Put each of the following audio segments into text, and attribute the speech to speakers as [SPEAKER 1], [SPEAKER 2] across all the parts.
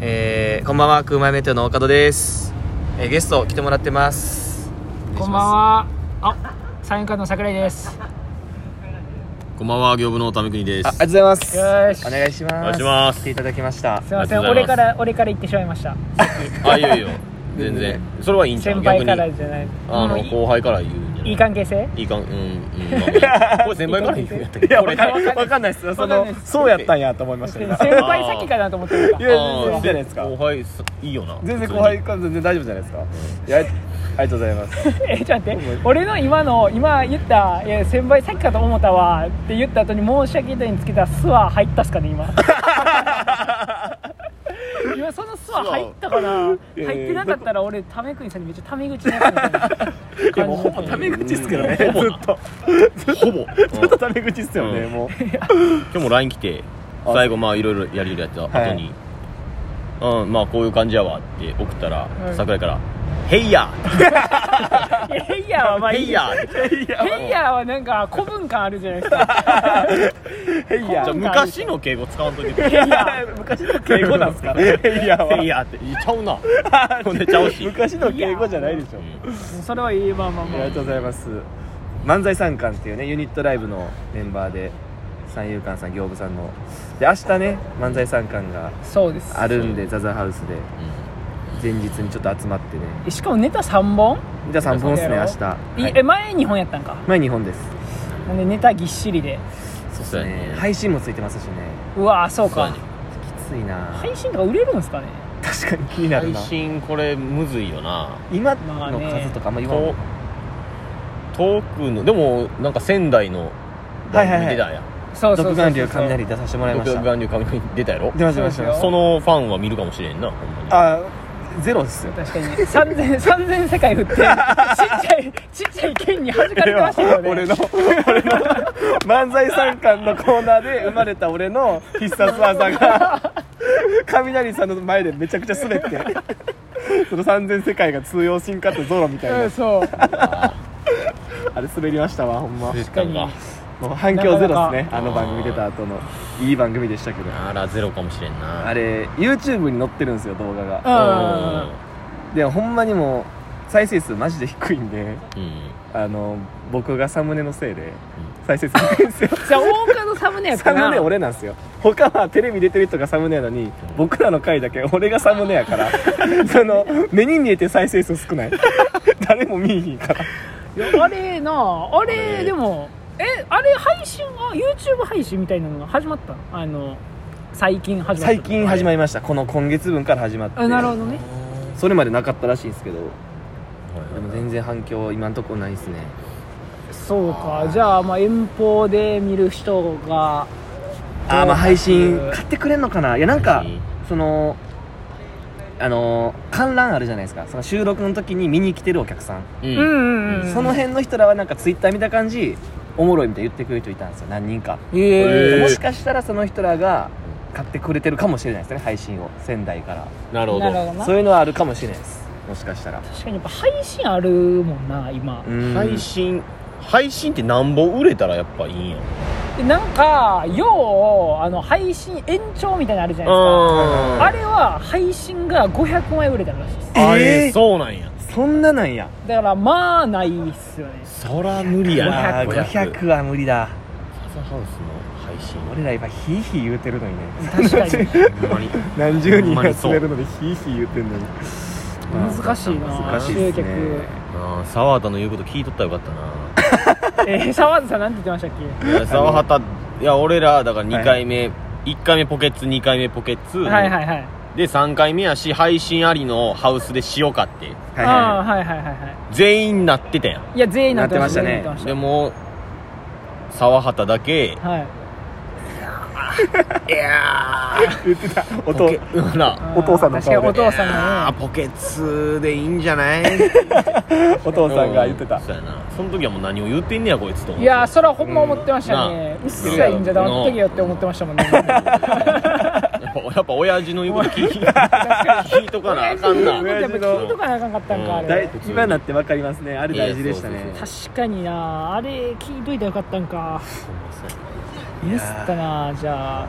[SPEAKER 1] えー、こんばんは、クーマイメントの岡戸です。えー、ゲスト来てもらってます。
[SPEAKER 2] こんばんは。あ、サイン会の桜井です。
[SPEAKER 3] こんばんは、業部のためくにで
[SPEAKER 1] あ、ありが
[SPEAKER 3] す。
[SPEAKER 1] とうござい
[SPEAKER 2] よ
[SPEAKER 1] ま
[SPEAKER 2] ー
[SPEAKER 1] す。
[SPEAKER 2] し
[SPEAKER 1] お願いします。
[SPEAKER 3] お願いします
[SPEAKER 1] 来ていただきました。
[SPEAKER 2] すいません、
[SPEAKER 3] あり
[SPEAKER 2] 俺
[SPEAKER 3] がとうござ
[SPEAKER 2] か
[SPEAKER 3] いま
[SPEAKER 2] ら俺から言ってしまいました。
[SPEAKER 3] あ、いい よいいよ。全然。それはいいんちゃ
[SPEAKER 2] 先
[SPEAKER 3] う
[SPEAKER 2] 輩
[SPEAKER 3] 逆に
[SPEAKER 2] か。らじゃない。
[SPEAKER 3] あ
[SPEAKER 2] も
[SPEAKER 3] の、
[SPEAKER 2] うい
[SPEAKER 3] 後輩から言うんじゃない
[SPEAKER 2] いい関係性？
[SPEAKER 3] いいかん、うん、うん。まあこれ先輩から言うんやったっけ
[SPEAKER 4] いや、
[SPEAKER 3] こ
[SPEAKER 4] わ
[SPEAKER 3] れ
[SPEAKER 4] かんわかんないです。そ
[SPEAKER 2] わかん
[SPEAKER 4] の
[SPEAKER 2] ないです
[SPEAKER 4] そうやったんやと思いました
[SPEAKER 2] 先
[SPEAKER 4] 今。
[SPEAKER 2] 輩先かなと思ってた
[SPEAKER 4] い。
[SPEAKER 3] あ
[SPEAKER 4] や、全然いい
[SPEAKER 3] ー
[SPEAKER 4] じゃないですか。
[SPEAKER 3] 後輩、すいいよな。
[SPEAKER 4] 全然後輩から全然大丈夫じゃないですか。いや、ありありがとうございます。
[SPEAKER 2] え、ちょっと待って。俺の今の今言ったいや先輩先かと思ったわって言った後に申し訳ないにつけたスは入ったっすかね今。今そのスは入ったかな。入
[SPEAKER 4] や
[SPEAKER 2] ってなかったら俺タメ国さんにめっちゃタメ口なったみたいな感じ。
[SPEAKER 4] いや、もうほぼタメ口ですけどね。ずっと
[SPEAKER 3] 普通に。ほぼ。
[SPEAKER 4] ずっと
[SPEAKER 3] うん
[SPEAKER 4] タメ口ですよね。
[SPEAKER 3] うん
[SPEAKER 4] もう
[SPEAKER 3] 今日も LINE 来て、
[SPEAKER 4] あ
[SPEAKER 3] 最後、まあ、いろいろやり取りやった後に、うん、まあ、こういう感じやわって送ったら
[SPEAKER 2] う、ん
[SPEAKER 3] 桜井から、ヘイヤ
[SPEAKER 2] ヘイヤーはまあ
[SPEAKER 3] ヘ
[SPEAKER 2] い
[SPEAKER 3] イ
[SPEAKER 2] いや。
[SPEAKER 3] ヤー
[SPEAKER 2] ヘイヤーはなんか古文感あるじゃないですか。
[SPEAKER 4] ヘイヤ
[SPEAKER 3] じゃあ
[SPEAKER 4] ー。
[SPEAKER 3] 昔の敬語使わんと きて。
[SPEAKER 2] ヘイヤー。
[SPEAKER 4] 昔の敬語なんですか。ヘイヤー
[SPEAKER 3] ヘイ
[SPEAKER 4] は。
[SPEAKER 3] ヤーって言っちゃう な。ほんでちゃうし。
[SPEAKER 4] 昔の敬語じゃないでしょ。
[SPEAKER 2] それはいいまあまあ
[SPEAKER 4] あ
[SPEAKER 2] ま
[SPEAKER 4] り
[SPEAKER 2] あ
[SPEAKER 4] がとうございます漫才三冠っていうねユニットライブのメンバーで三遊館さん行部さんので明日ね漫才三冠が
[SPEAKER 2] そうです
[SPEAKER 4] あるんでザザハウスで前日にちょっと集まってね
[SPEAKER 2] しかもネタ3本、
[SPEAKER 4] じゃあ3本っすね明日、
[SPEAKER 2] い
[SPEAKER 4] はい
[SPEAKER 2] え前2本やったんか
[SPEAKER 4] 前2本です
[SPEAKER 2] なんでネタぎっしりで
[SPEAKER 3] そうっ
[SPEAKER 4] ね配信もついてますしね
[SPEAKER 2] うわーそう
[SPEAKER 3] そうや
[SPEAKER 2] か
[SPEAKER 3] ね
[SPEAKER 4] きついな
[SPEAKER 2] 配信とか売れるんすかね
[SPEAKER 4] 確かに気になる
[SPEAKER 3] 配
[SPEAKER 4] な
[SPEAKER 3] 信これむずいよな
[SPEAKER 4] 今
[SPEAKER 2] まあ
[SPEAKER 4] の
[SPEAKER 2] ね
[SPEAKER 4] 数とかあんま言わん
[SPEAKER 3] と遠くのでもなんか仙台の
[SPEAKER 4] はいはいはい
[SPEAKER 3] 番組出たやん
[SPEAKER 2] そうそうそう
[SPEAKER 4] 独
[SPEAKER 2] そう
[SPEAKER 4] 眼竜雷出させてもらいまし
[SPEAKER 3] 独
[SPEAKER 4] た
[SPEAKER 3] 眼流神出たやろ
[SPEAKER 4] 出ました出まし
[SPEAKER 2] そう
[SPEAKER 4] た
[SPEAKER 2] ですよ
[SPEAKER 3] そのファンは見るかもしれんなほんまに
[SPEAKER 4] あゼロっすよ
[SPEAKER 2] 確かに3000 3000世 界振ってちっちゃいちっちゃい剣に弾かれてましたよね
[SPEAKER 4] 俺の俺の漫才三冠のコーナーで生まれた俺の必殺技が雷さんの前でめちゃくちゃ滑ってその三千世界が通用しんかってゾロみたいな
[SPEAKER 2] うんそう
[SPEAKER 4] あれ滑りましたわほんま
[SPEAKER 3] 出
[SPEAKER 2] 確か
[SPEAKER 3] たん
[SPEAKER 2] に
[SPEAKER 3] か
[SPEAKER 4] もう反響ゼロですね
[SPEAKER 2] なかなか
[SPEAKER 4] あの番組出た後のいい番組でしたけど
[SPEAKER 3] あらゼロかもしれんな
[SPEAKER 4] あれ YouTube に載ってるんですよ動画が
[SPEAKER 2] あ
[SPEAKER 4] でほんまにもう再生数マジで低いんで
[SPEAKER 3] うんうん
[SPEAKER 4] あの僕がサムネのせいで再生数低いんです よ
[SPEAKER 2] じゃあ大岡のサムネやっ
[SPEAKER 4] サ
[SPEAKER 2] たな
[SPEAKER 4] ムネ俺なんですよ他はテレビ出てる人がサムネやのに僕らの回だけ俺がサムネやから その目に見えて再生数少 ない誰も見いひんから
[SPEAKER 2] いやあれなああれ
[SPEAKER 3] れ
[SPEAKER 2] でもえあれ配信は YouTube 配信みたいなのが始まったのあの最近始まった
[SPEAKER 4] 最近始まりましたこの今月分から始まって
[SPEAKER 2] あなるほどね
[SPEAKER 4] それまでなかったらしいんですけどでも
[SPEAKER 3] はい
[SPEAKER 4] 全然反響今んとこないですね
[SPEAKER 2] そうかじゃあまあ遠方で見る人
[SPEAKER 4] あ
[SPEAKER 2] が
[SPEAKER 4] ーまあ配信
[SPEAKER 2] うん
[SPEAKER 4] 買ってくれんのかないやなんか
[SPEAKER 3] 配信
[SPEAKER 4] そのあのー観覧あるじゃないですかその収録の時に見に来てるお客さん
[SPEAKER 3] うん
[SPEAKER 2] うんうんうん
[SPEAKER 4] その辺の人らはなんかツイッター見た感じおもろいみたいに言ってくれる人いたんですよ何人か、
[SPEAKER 2] ええ
[SPEAKER 3] えー
[SPEAKER 4] もしかしたらその人らが買ってくれてるかもしれないですね配信を仙台から
[SPEAKER 3] なるほ
[SPEAKER 2] なるほ
[SPEAKER 3] ど
[SPEAKER 2] どな
[SPEAKER 4] そういうのはあるかもしれないですもしかしたら
[SPEAKER 2] 確かにやっぱ配信あるもんな今
[SPEAKER 4] うん
[SPEAKER 3] 配信配信ってなんぼ売れたらやっぱいいんや
[SPEAKER 2] でなんかようあの配信延長みたいなのあるじゃないですかあ
[SPEAKER 3] あ
[SPEAKER 2] れは配信が500枚売れたらしいです
[SPEAKER 3] あ
[SPEAKER 4] え
[SPEAKER 3] れ
[SPEAKER 4] ー
[SPEAKER 3] そうなんや
[SPEAKER 4] そんななんや
[SPEAKER 2] だからまあないっすよね
[SPEAKER 3] そら無理やな
[SPEAKER 4] あー500は無理だ
[SPEAKER 3] サザハウスの配信
[SPEAKER 4] 俺ら今ヒーヒー言うてるのにね
[SPEAKER 2] 確か に
[SPEAKER 3] ほんまに
[SPEAKER 4] 何十人
[SPEAKER 3] ほんま
[SPEAKER 4] が
[SPEAKER 3] にそ
[SPEAKER 4] 集め
[SPEAKER 3] う
[SPEAKER 4] るのでヒーヒー言ってんのに
[SPEAKER 2] 難しいな
[SPEAKER 4] 難しい
[SPEAKER 2] 集
[SPEAKER 4] です
[SPEAKER 2] 客
[SPEAKER 4] ね
[SPEAKER 3] ああ沢田の言うこと聞いとったらよかったな
[SPEAKER 2] えー、沢田さんなんて言ってましたっ
[SPEAKER 3] いや沢畑いや俺らだから
[SPEAKER 4] はい
[SPEAKER 3] 2回目、一1回目ポケッツ2回目ポケッツ、
[SPEAKER 2] けはいはいはい
[SPEAKER 3] で3回目やし配信ありのハウスでしようかって
[SPEAKER 4] はい
[SPEAKER 2] あ
[SPEAKER 4] は
[SPEAKER 2] あはいはいはいは
[SPEAKER 3] 全員なってたやん
[SPEAKER 2] いいや全員なってました
[SPEAKER 4] な
[SPEAKER 2] ね
[SPEAKER 4] ってまし
[SPEAKER 3] でも沢畑だけ
[SPEAKER 2] はい
[SPEAKER 3] いや
[SPEAKER 4] い言ってた
[SPEAKER 3] ー
[SPEAKER 4] 音
[SPEAKER 3] な
[SPEAKER 4] お父さんの顔で
[SPEAKER 2] 確かにお父さん
[SPEAKER 3] あ
[SPEAKER 2] が
[SPEAKER 3] ー
[SPEAKER 2] ね
[SPEAKER 3] ポケツでいいんじゃない
[SPEAKER 4] お父さんが言ってた
[SPEAKER 3] そうやなその時はもう何を言ってんねやこいつと思
[SPEAKER 2] いやーそれはほんま思ってましたね、うっさいんじゃ黙ってけよって思ってましたもんね
[SPEAKER 3] やっぱやっぱ親父の言うこと聞い聞いとかなあかんな
[SPEAKER 2] やっぱ聞いとかなあかんかったんか、
[SPEAKER 3] うん
[SPEAKER 2] あ
[SPEAKER 4] だい
[SPEAKER 2] れ
[SPEAKER 4] 今になってわかりますねあれ大事でした
[SPEAKER 3] いやそう
[SPEAKER 4] ね
[SPEAKER 3] そう
[SPEAKER 2] 確かになあれ聞いといたらよかったんかミスったなじゃあ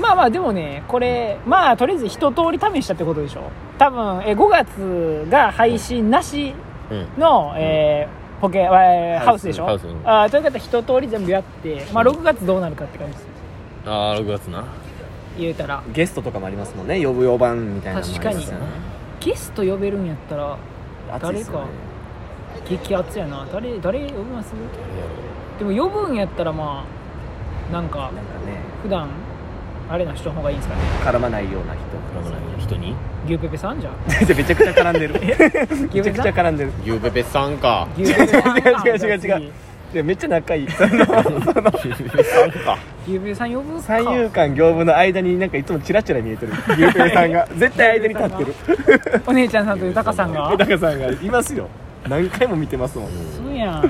[SPEAKER 2] まあまあでもねこれまあとりあえず一通り試したってことでしょ多分え5月が配信なし
[SPEAKER 3] うん
[SPEAKER 2] の、えーポケ、えーハウスでしょ
[SPEAKER 3] ハウスうん
[SPEAKER 2] あーということは一通り全部やって、まあ、6月どうなるかって感じです
[SPEAKER 3] ああ6月な
[SPEAKER 2] 言えたら
[SPEAKER 5] ゲストとかもありますもんね呼ぶ呼ばんみたいなのもありますよね
[SPEAKER 2] ゲスト呼べるんやったら
[SPEAKER 5] 暑いっすよね
[SPEAKER 2] 激アツやな誰誰呼びますでも呼ぶんやったらまあなんか
[SPEAKER 5] なんかね
[SPEAKER 2] 普段あれな人の方がいいんですかね
[SPEAKER 5] 絡まないよ うな
[SPEAKER 3] 絡まない人に
[SPEAKER 2] 牛ペペさんじゃん
[SPEAKER 5] 人めちゃくちゃ絡んでる めちゃくちゃ絡んでる
[SPEAKER 3] ゆうべべさんか
[SPEAKER 2] 牛ペペさんか
[SPEAKER 5] 違う違う違う
[SPEAKER 2] じゃあ次
[SPEAKER 5] いやめっちゃ仲いい その
[SPEAKER 3] ゆうべべさんか
[SPEAKER 2] 牛ペペさん呼ぶか
[SPEAKER 5] 三遊間行部の間になんかいつもチラチラ見えてるゆうぺいさんが 絶対間に 立ってる
[SPEAKER 2] お姉ちゃんさんと豊さんが
[SPEAKER 5] 小高さんがいますよ何回も見てますもんい
[SPEAKER 2] そうやん
[SPEAKER 5] や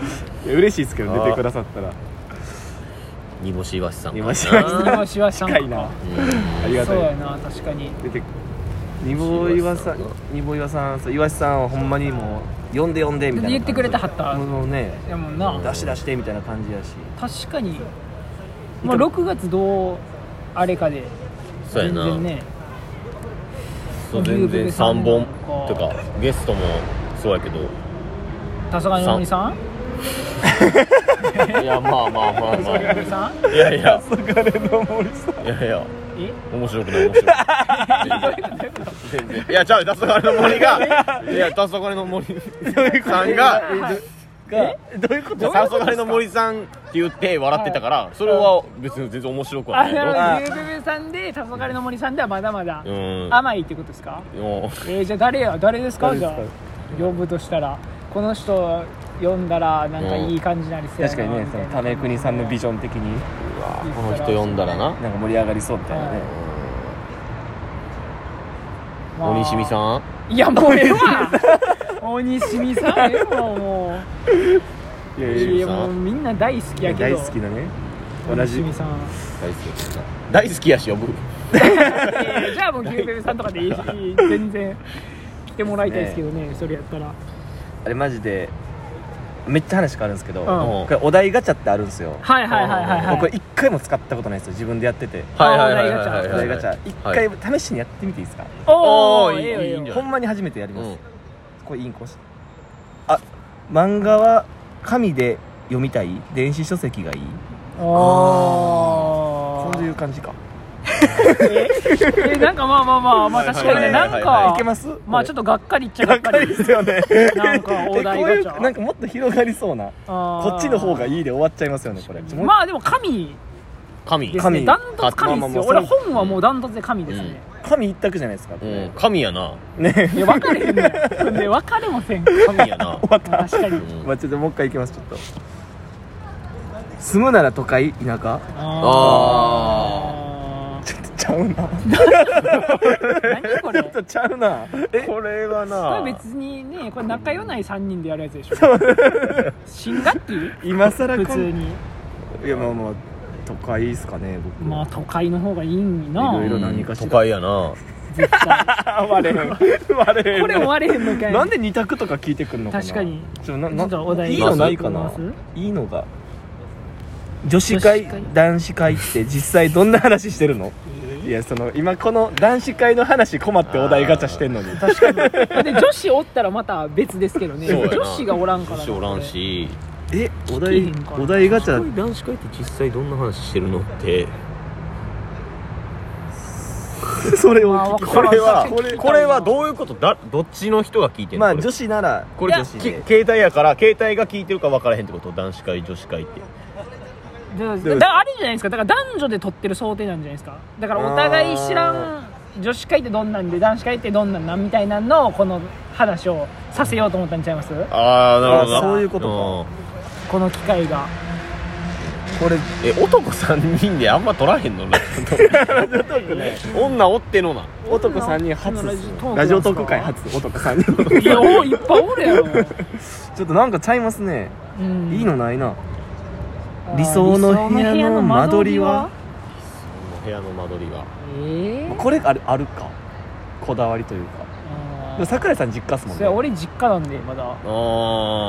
[SPEAKER 5] 嬉しいですけど出てくださったら
[SPEAKER 3] 煮干しわしさんか
[SPEAKER 5] 煮干しわしさん
[SPEAKER 2] 今しわしさん
[SPEAKER 5] 近いな
[SPEAKER 2] か
[SPEAKER 5] ありが
[SPEAKER 2] そう
[SPEAKER 5] た
[SPEAKER 2] や
[SPEAKER 5] い
[SPEAKER 2] な確かに
[SPEAKER 5] 出てにぼ岩さんにぼ岩さんそう岩さんはほんまにもう呼んで呼んでみたいな
[SPEAKER 2] 言ってくれたはった
[SPEAKER 5] もうね
[SPEAKER 2] でもな
[SPEAKER 5] 出し出してみたいな感じやし
[SPEAKER 2] 確かにまあ6月どうあれかで
[SPEAKER 3] そうや
[SPEAKER 2] 全
[SPEAKER 3] な
[SPEAKER 2] 然ね
[SPEAKER 3] そう全然3本と
[SPEAKER 2] か
[SPEAKER 3] かゲストもそうやけど
[SPEAKER 2] 黄昏さん
[SPEAKER 3] いやまあまあまあ
[SPEAKER 2] 黄
[SPEAKER 3] まあ
[SPEAKER 2] 昏さん
[SPEAKER 3] いやいや
[SPEAKER 5] そ
[SPEAKER 3] いやいや
[SPEAKER 2] え
[SPEAKER 3] 面白くない面白くない全然いやちゃうよ黄昏の森がいや黄昏の森さんが
[SPEAKER 5] どういうこと
[SPEAKER 3] 黄昏の森さんって言って笑ってたからそれは別に全然面白くは
[SPEAKER 2] あ
[SPEAKER 3] ないよ
[SPEAKER 2] なるほどゆうべべさんで黄昏の森さんではまだまだ
[SPEAKER 3] うん
[SPEAKER 2] 甘いってことですか
[SPEAKER 3] も
[SPEAKER 2] えーじゃあ誰や誰ですか
[SPEAKER 5] 誰
[SPEAKER 2] じ
[SPEAKER 5] です
[SPEAKER 2] ゃ
[SPEAKER 5] か
[SPEAKER 2] あ呼ぶとしたらこの人呼んだらなんかいい感じになりそうやな
[SPEAKER 5] 確かにね
[SPEAKER 2] み
[SPEAKER 5] そ
[SPEAKER 2] たい
[SPEAKER 5] の
[SPEAKER 2] な
[SPEAKER 5] 種国さんのビジョン的に
[SPEAKER 3] うこの人呼んだらな
[SPEAKER 5] なんか盛り上がりそうみたいなね
[SPEAKER 2] まあ
[SPEAKER 3] 森しみさん
[SPEAKER 2] いやもう ええわ鬼しみさんええわも
[SPEAKER 5] いうや
[SPEAKER 2] い
[SPEAKER 5] い
[SPEAKER 2] や
[SPEAKER 5] や
[SPEAKER 2] もうみんな大好きやけど
[SPEAKER 5] 大好きなね同
[SPEAKER 2] 鬼し
[SPEAKER 5] じ
[SPEAKER 2] みさん
[SPEAKER 3] 大好きやけどな大好きやし呼ぶ
[SPEAKER 2] いやいやじゃあもうキューベルさんとかでいい し全然来てもらいたいですけどねそれやったら
[SPEAKER 5] あれマジでめっちゃ話変わるんですけど、
[SPEAKER 2] ん
[SPEAKER 5] これお題ガチャってあるんですよ、
[SPEAKER 2] はいはいはいはいはい
[SPEAKER 5] 僕一回も使ったことないんですよ自分でやってて
[SPEAKER 3] はいはいはいはいはい
[SPEAKER 5] お
[SPEAKER 3] は
[SPEAKER 5] 題
[SPEAKER 3] い
[SPEAKER 5] ガチャ一回試しにやってみていいですか、
[SPEAKER 2] おー
[SPEAKER 3] おー
[SPEAKER 2] ええよええ
[SPEAKER 3] いいんじゃ
[SPEAKER 2] よ
[SPEAKER 3] はな
[SPEAKER 5] ほんまに初めてやり
[SPEAKER 3] う
[SPEAKER 5] ます、
[SPEAKER 3] ん
[SPEAKER 5] これインコしあ漫画は紙で読みたい電子書籍がいい
[SPEAKER 2] お
[SPEAKER 5] そう
[SPEAKER 2] ー
[SPEAKER 5] いう感じか
[SPEAKER 2] えなんかまあまあまあまあ確かにね
[SPEAKER 3] は
[SPEAKER 2] ないん
[SPEAKER 3] はいはいはい
[SPEAKER 5] いけ
[SPEAKER 2] か
[SPEAKER 5] ます
[SPEAKER 2] まあちょっ
[SPEAKER 5] っ
[SPEAKER 2] とがっかりっちゃが
[SPEAKER 5] がっ
[SPEAKER 2] っ
[SPEAKER 5] か
[SPEAKER 2] か
[SPEAKER 5] り
[SPEAKER 2] り
[SPEAKER 5] ですよね
[SPEAKER 2] なんかお題ガチャ
[SPEAKER 5] えこういうなんかもっと広がりそうな
[SPEAKER 2] こ
[SPEAKER 5] こっちの方がいいで終わっちゃいますよねこれ
[SPEAKER 2] まあでも神
[SPEAKER 3] 神
[SPEAKER 2] ですね
[SPEAKER 5] 神
[SPEAKER 2] ダントツ神ですよ
[SPEAKER 5] まあまあ
[SPEAKER 2] 俺
[SPEAKER 5] まあ
[SPEAKER 2] 本はもうダントツで神ですね
[SPEAKER 5] 神一択じゃないですか、こ
[SPEAKER 3] う
[SPEAKER 5] れ
[SPEAKER 3] ん神やな
[SPEAKER 5] ね
[SPEAKER 2] いや分かれへんねんで分かれません
[SPEAKER 3] 神やな
[SPEAKER 2] 確かに
[SPEAKER 3] うん
[SPEAKER 5] まあ、ちょっともう一回いきますちょっと住むなら都会田舎
[SPEAKER 2] あ
[SPEAKER 5] ちょっとちゃうな
[SPEAKER 2] あ何これ
[SPEAKER 5] ちょっとちゃうなえ
[SPEAKER 3] これはな
[SPEAKER 2] これ別にねこれ仲良ない3人でやるやつでしょ新学期
[SPEAKER 5] 今更
[SPEAKER 2] 普
[SPEAKER 5] こ
[SPEAKER 2] 通
[SPEAKER 5] ん
[SPEAKER 2] に
[SPEAKER 5] いやまあまあ都会いいっすかね僕
[SPEAKER 2] まあ都会の方がいいんな
[SPEAKER 5] ろいろ何かしら
[SPEAKER 3] 都会やな
[SPEAKER 2] 絶対
[SPEAKER 5] あ割れへん 割れへん
[SPEAKER 2] これも割れへんのかい
[SPEAKER 5] なんで二択とか聞いてくるのかな
[SPEAKER 2] 確かに
[SPEAKER 5] ちょな
[SPEAKER 2] ちょっとお
[SPEAKER 5] な
[SPEAKER 2] 題
[SPEAKER 5] いいのないかな
[SPEAKER 2] 出し
[SPEAKER 5] いいのが女子会
[SPEAKER 2] 女子会
[SPEAKER 5] 男子会って実際どんな話してるのいやその今この男子会の話困ってお題ガチャしてんのに確かに
[SPEAKER 2] で女子おったらまた別ですけどね
[SPEAKER 3] そうやな
[SPEAKER 2] 女子がおらんから
[SPEAKER 3] 女
[SPEAKER 2] な
[SPEAKER 3] 子おらんし
[SPEAKER 5] えお
[SPEAKER 2] 聞けへ
[SPEAKER 5] 題
[SPEAKER 2] んから
[SPEAKER 5] お題ガチャ
[SPEAKER 3] 男子会って実際どんな話してるのって
[SPEAKER 5] それを
[SPEAKER 2] まあ
[SPEAKER 5] 聞
[SPEAKER 2] わ
[SPEAKER 5] き
[SPEAKER 2] か
[SPEAKER 3] こ
[SPEAKER 2] らん
[SPEAKER 3] れは
[SPEAKER 2] これ
[SPEAKER 3] これはどういうことだどっちの人が聞いてんの
[SPEAKER 5] まあ
[SPEAKER 3] これ
[SPEAKER 5] 女子なら
[SPEAKER 3] これ
[SPEAKER 5] 女子
[SPEAKER 3] き
[SPEAKER 5] で
[SPEAKER 3] 携帯やから携帯が聞いてるか分からへんってこと男子会女子会って
[SPEAKER 2] だからだからあれじゃないですかだから男女で取ってる想定なんじゃないですかだからお互い知らん女子会ってどんなんで男子会ってどんなんなんみたいなのをこの話をさせようと思ったんちゃいます
[SPEAKER 3] ああな
[SPEAKER 5] あそういうことか
[SPEAKER 2] この機会が
[SPEAKER 5] これ
[SPEAKER 3] え男3人であんま取らへんのラジオトーク女おってのな
[SPEAKER 5] 男3人初っす
[SPEAKER 2] ラジオトークなんすか
[SPEAKER 5] ラジオトーク会初男3人
[SPEAKER 2] いやおいっぱいおるやろ、
[SPEAKER 5] ちょっとなんかちゃいますね
[SPEAKER 2] うん
[SPEAKER 5] いいのないな
[SPEAKER 2] あー
[SPEAKER 5] 理想の部屋の間取りは
[SPEAKER 3] 部屋の間取りが
[SPEAKER 2] ええ
[SPEAKER 5] これあるあるかこだわりというかでも桜井さん実家っすもん
[SPEAKER 2] それ
[SPEAKER 5] ね
[SPEAKER 2] 俺実家なんでまだ
[SPEAKER 3] あ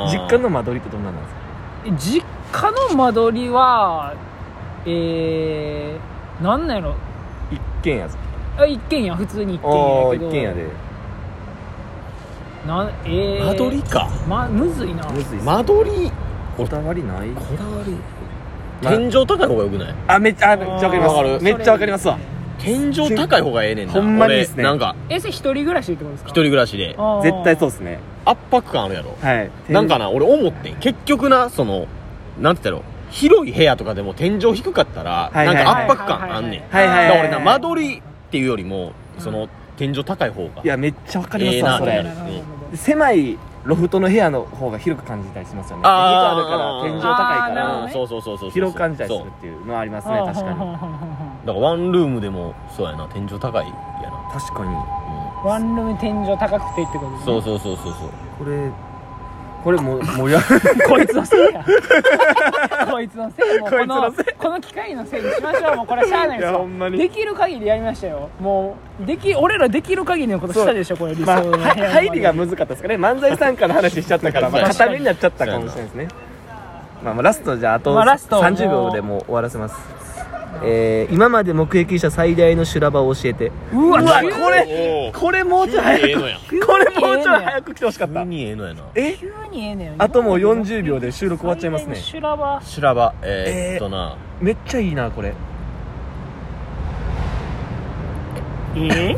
[SPEAKER 3] あ
[SPEAKER 5] 実家の間取りってどんなんなんですか
[SPEAKER 2] え実家の間取りはえー、なんなんやろ
[SPEAKER 5] 軒やぞ
[SPEAKER 2] あ一軒家普通に一
[SPEAKER 5] あ
[SPEAKER 2] 軒家やけ
[SPEAKER 5] あ一
[SPEAKER 2] ど
[SPEAKER 5] 軒やで
[SPEAKER 2] なえー、
[SPEAKER 3] 間取りか
[SPEAKER 2] まむずいな
[SPEAKER 5] むずいっす
[SPEAKER 3] 間取り
[SPEAKER 5] こだわりない
[SPEAKER 3] こだわり
[SPEAKER 5] まあ
[SPEAKER 3] 天井高い方がよくない
[SPEAKER 5] あめっちゃあめっちゃわかり
[SPEAKER 3] わか
[SPEAKER 5] ま
[SPEAKER 3] る
[SPEAKER 5] すめっちゃわかりますわ
[SPEAKER 3] 天井高い方がええねんな
[SPEAKER 5] ほんまにいいっすね
[SPEAKER 3] 俺なんか
[SPEAKER 2] えそれ一人暮らしってことですか
[SPEAKER 3] 一人暮らしで
[SPEAKER 2] あー
[SPEAKER 5] 絶対そうですね
[SPEAKER 3] 圧迫感あるやろ
[SPEAKER 5] はい
[SPEAKER 3] なんかな俺思ってん結局なそのなんて言ったやろ広い部屋とかでも天井低かったら
[SPEAKER 5] はい
[SPEAKER 3] なん
[SPEAKER 5] はいはい
[SPEAKER 3] か圧迫感あんねんだ
[SPEAKER 5] はいはい
[SPEAKER 3] から
[SPEAKER 5] はい
[SPEAKER 3] 俺な間取りっていうよりもその天井高い方が
[SPEAKER 5] いやめっちゃわかります
[SPEAKER 3] ええな
[SPEAKER 5] わそ
[SPEAKER 2] なる
[SPEAKER 5] れ
[SPEAKER 2] ほどなるほど
[SPEAKER 5] 狭いロフトの部屋の方が広く感じたりしますよね
[SPEAKER 3] あー
[SPEAKER 5] リーがあるから天井
[SPEAKER 2] あー
[SPEAKER 5] 高い
[SPEAKER 2] なるほ
[SPEAKER 5] か
[SPEAKER 2] ど
[SPEAKER 5] ら
[SPEAKER 2] ね
[SPEAKER 3] そうそうそうそうそう
[SPEAKER 5] 広く感じたりす
[SPEAKER 3] そ
[SPEAKER 5] る
[SPEAKER 3] う
[SPEAKER 5] っていうのはありますね
[SPEAKER 2] あー
[SPEAKER 5] 確か
[SPEAKER 2] ほん
[SPEAKER 5] に
[SPEAKER 2] ほんほんほんほん
[SPEAKER 3] だからワンルームでもそうやな天井高いやな、
[SPEAKER 5] 確かに
[SPEAKER 3] う
[SPEAKER 2] ワンルーム天井高くてってことです、
[SPEAKER 3] ん
[SPEAKER 2] ね、
[SPEAKER 3] そうそうそうそうそう
[SPEAKER 5] これこれもうもうや
[SPEAKER 2] こいつのせいやこいつのせいもう
[SPEAKER 5] こい
[SPEAKER 2] こ
[SPEAKER 5] つの
[SPEAKER 2] の
[SPEAKER 5] せ
[SPEAKER 2] この機械のせいにしましょうもうこれはしゃあないです
[SPEAKER 5] いやほ
[SPEAKER 2] よ
[SPEAKER 5] んまに
[SPEAKER 2] できる限りやりましたよもうでき俺らできる限りのことしたでしょこれ理
[SPEAKER 5] まあ
[SPEAKER 2] 想の部屋まで、
[SPEAKER 5] は入りが難かったですかね漫才参加の話しちゃったからまあ
[SPEAKER 2] か
[SPEAKER 3] 確
[SPEAKER 2] に
[SPEAKER 5] 固めになっちゃったかもしれないですねまあ、まあラストじゃああと
[SPEAKER 2] まあラスト
[SPEAKER 5] 30秒でもう終わらせますえー、今まで目撃した最大の修羅場を教えて
[SPEAKER 2] うわ
[SPEAKER 5] うわ
[SPEAKER 2] 急に
[SPEAKER 5] これこれもうちょい早
[SPEAKER 3] ええのや
[SPEAKER 5] くこれもうちょい早く来てほしかっ
[SPEAKER 3] 急
[SPEAKER 5] た
[SPEAKER 3] にええのやな
[SPEAKER 5] え
[SPEAKER 2] 急にええねん
[SPEAKER 5] あともう40秒で収録終わっちゃいますね
[SPEAKER 2] 修羅場
[SPEAKER 3] 修羅場えー、
[SPEAKER 5] えー
[SPEAKER 3] っとな、
[SPEAKER 5] めっちゃいいなこれ
[SPEAKER 2] え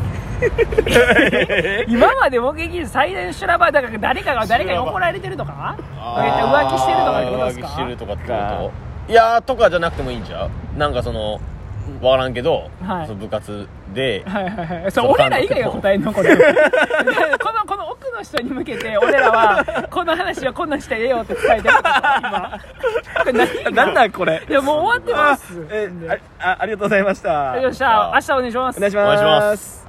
[SPEAKER 2] 今まで目撃した最大の修羅場だから誰かが誰かに怒られてるとか
[SPEAKER 3] あ
[SPEAKER 2] 浮気してるとかってことですか
[SPEAKER 3] 浮気してるとかってこといやーとかじゃなくてもいいんちゃうなんかそのわからんけど、
[SPEAKER 2] はい
[SPEAKER 3] その部活で
[SPEAKER 2] はいはいはい。そう、俺ら以外が答えんのこれ。この、 この奥の人に向けて、俺らは、この話はこんなんしてええよって伝えてる今。これ何が
[SPEAKER 5] なんなんこれ
[SPEAKER 2] いや、もう終わってま
[SPEAKER 5] あ
[SPEAKER 2] す。
[SPEAKER 5] えああありがとうございました
[SPEAKER 2] よっしゃ、明日お願いします
[SPEAKER 5] お願いし
[SPEAKER 3] お願いし
[SPEAKER 5] ま
[SPEAKER 3] ます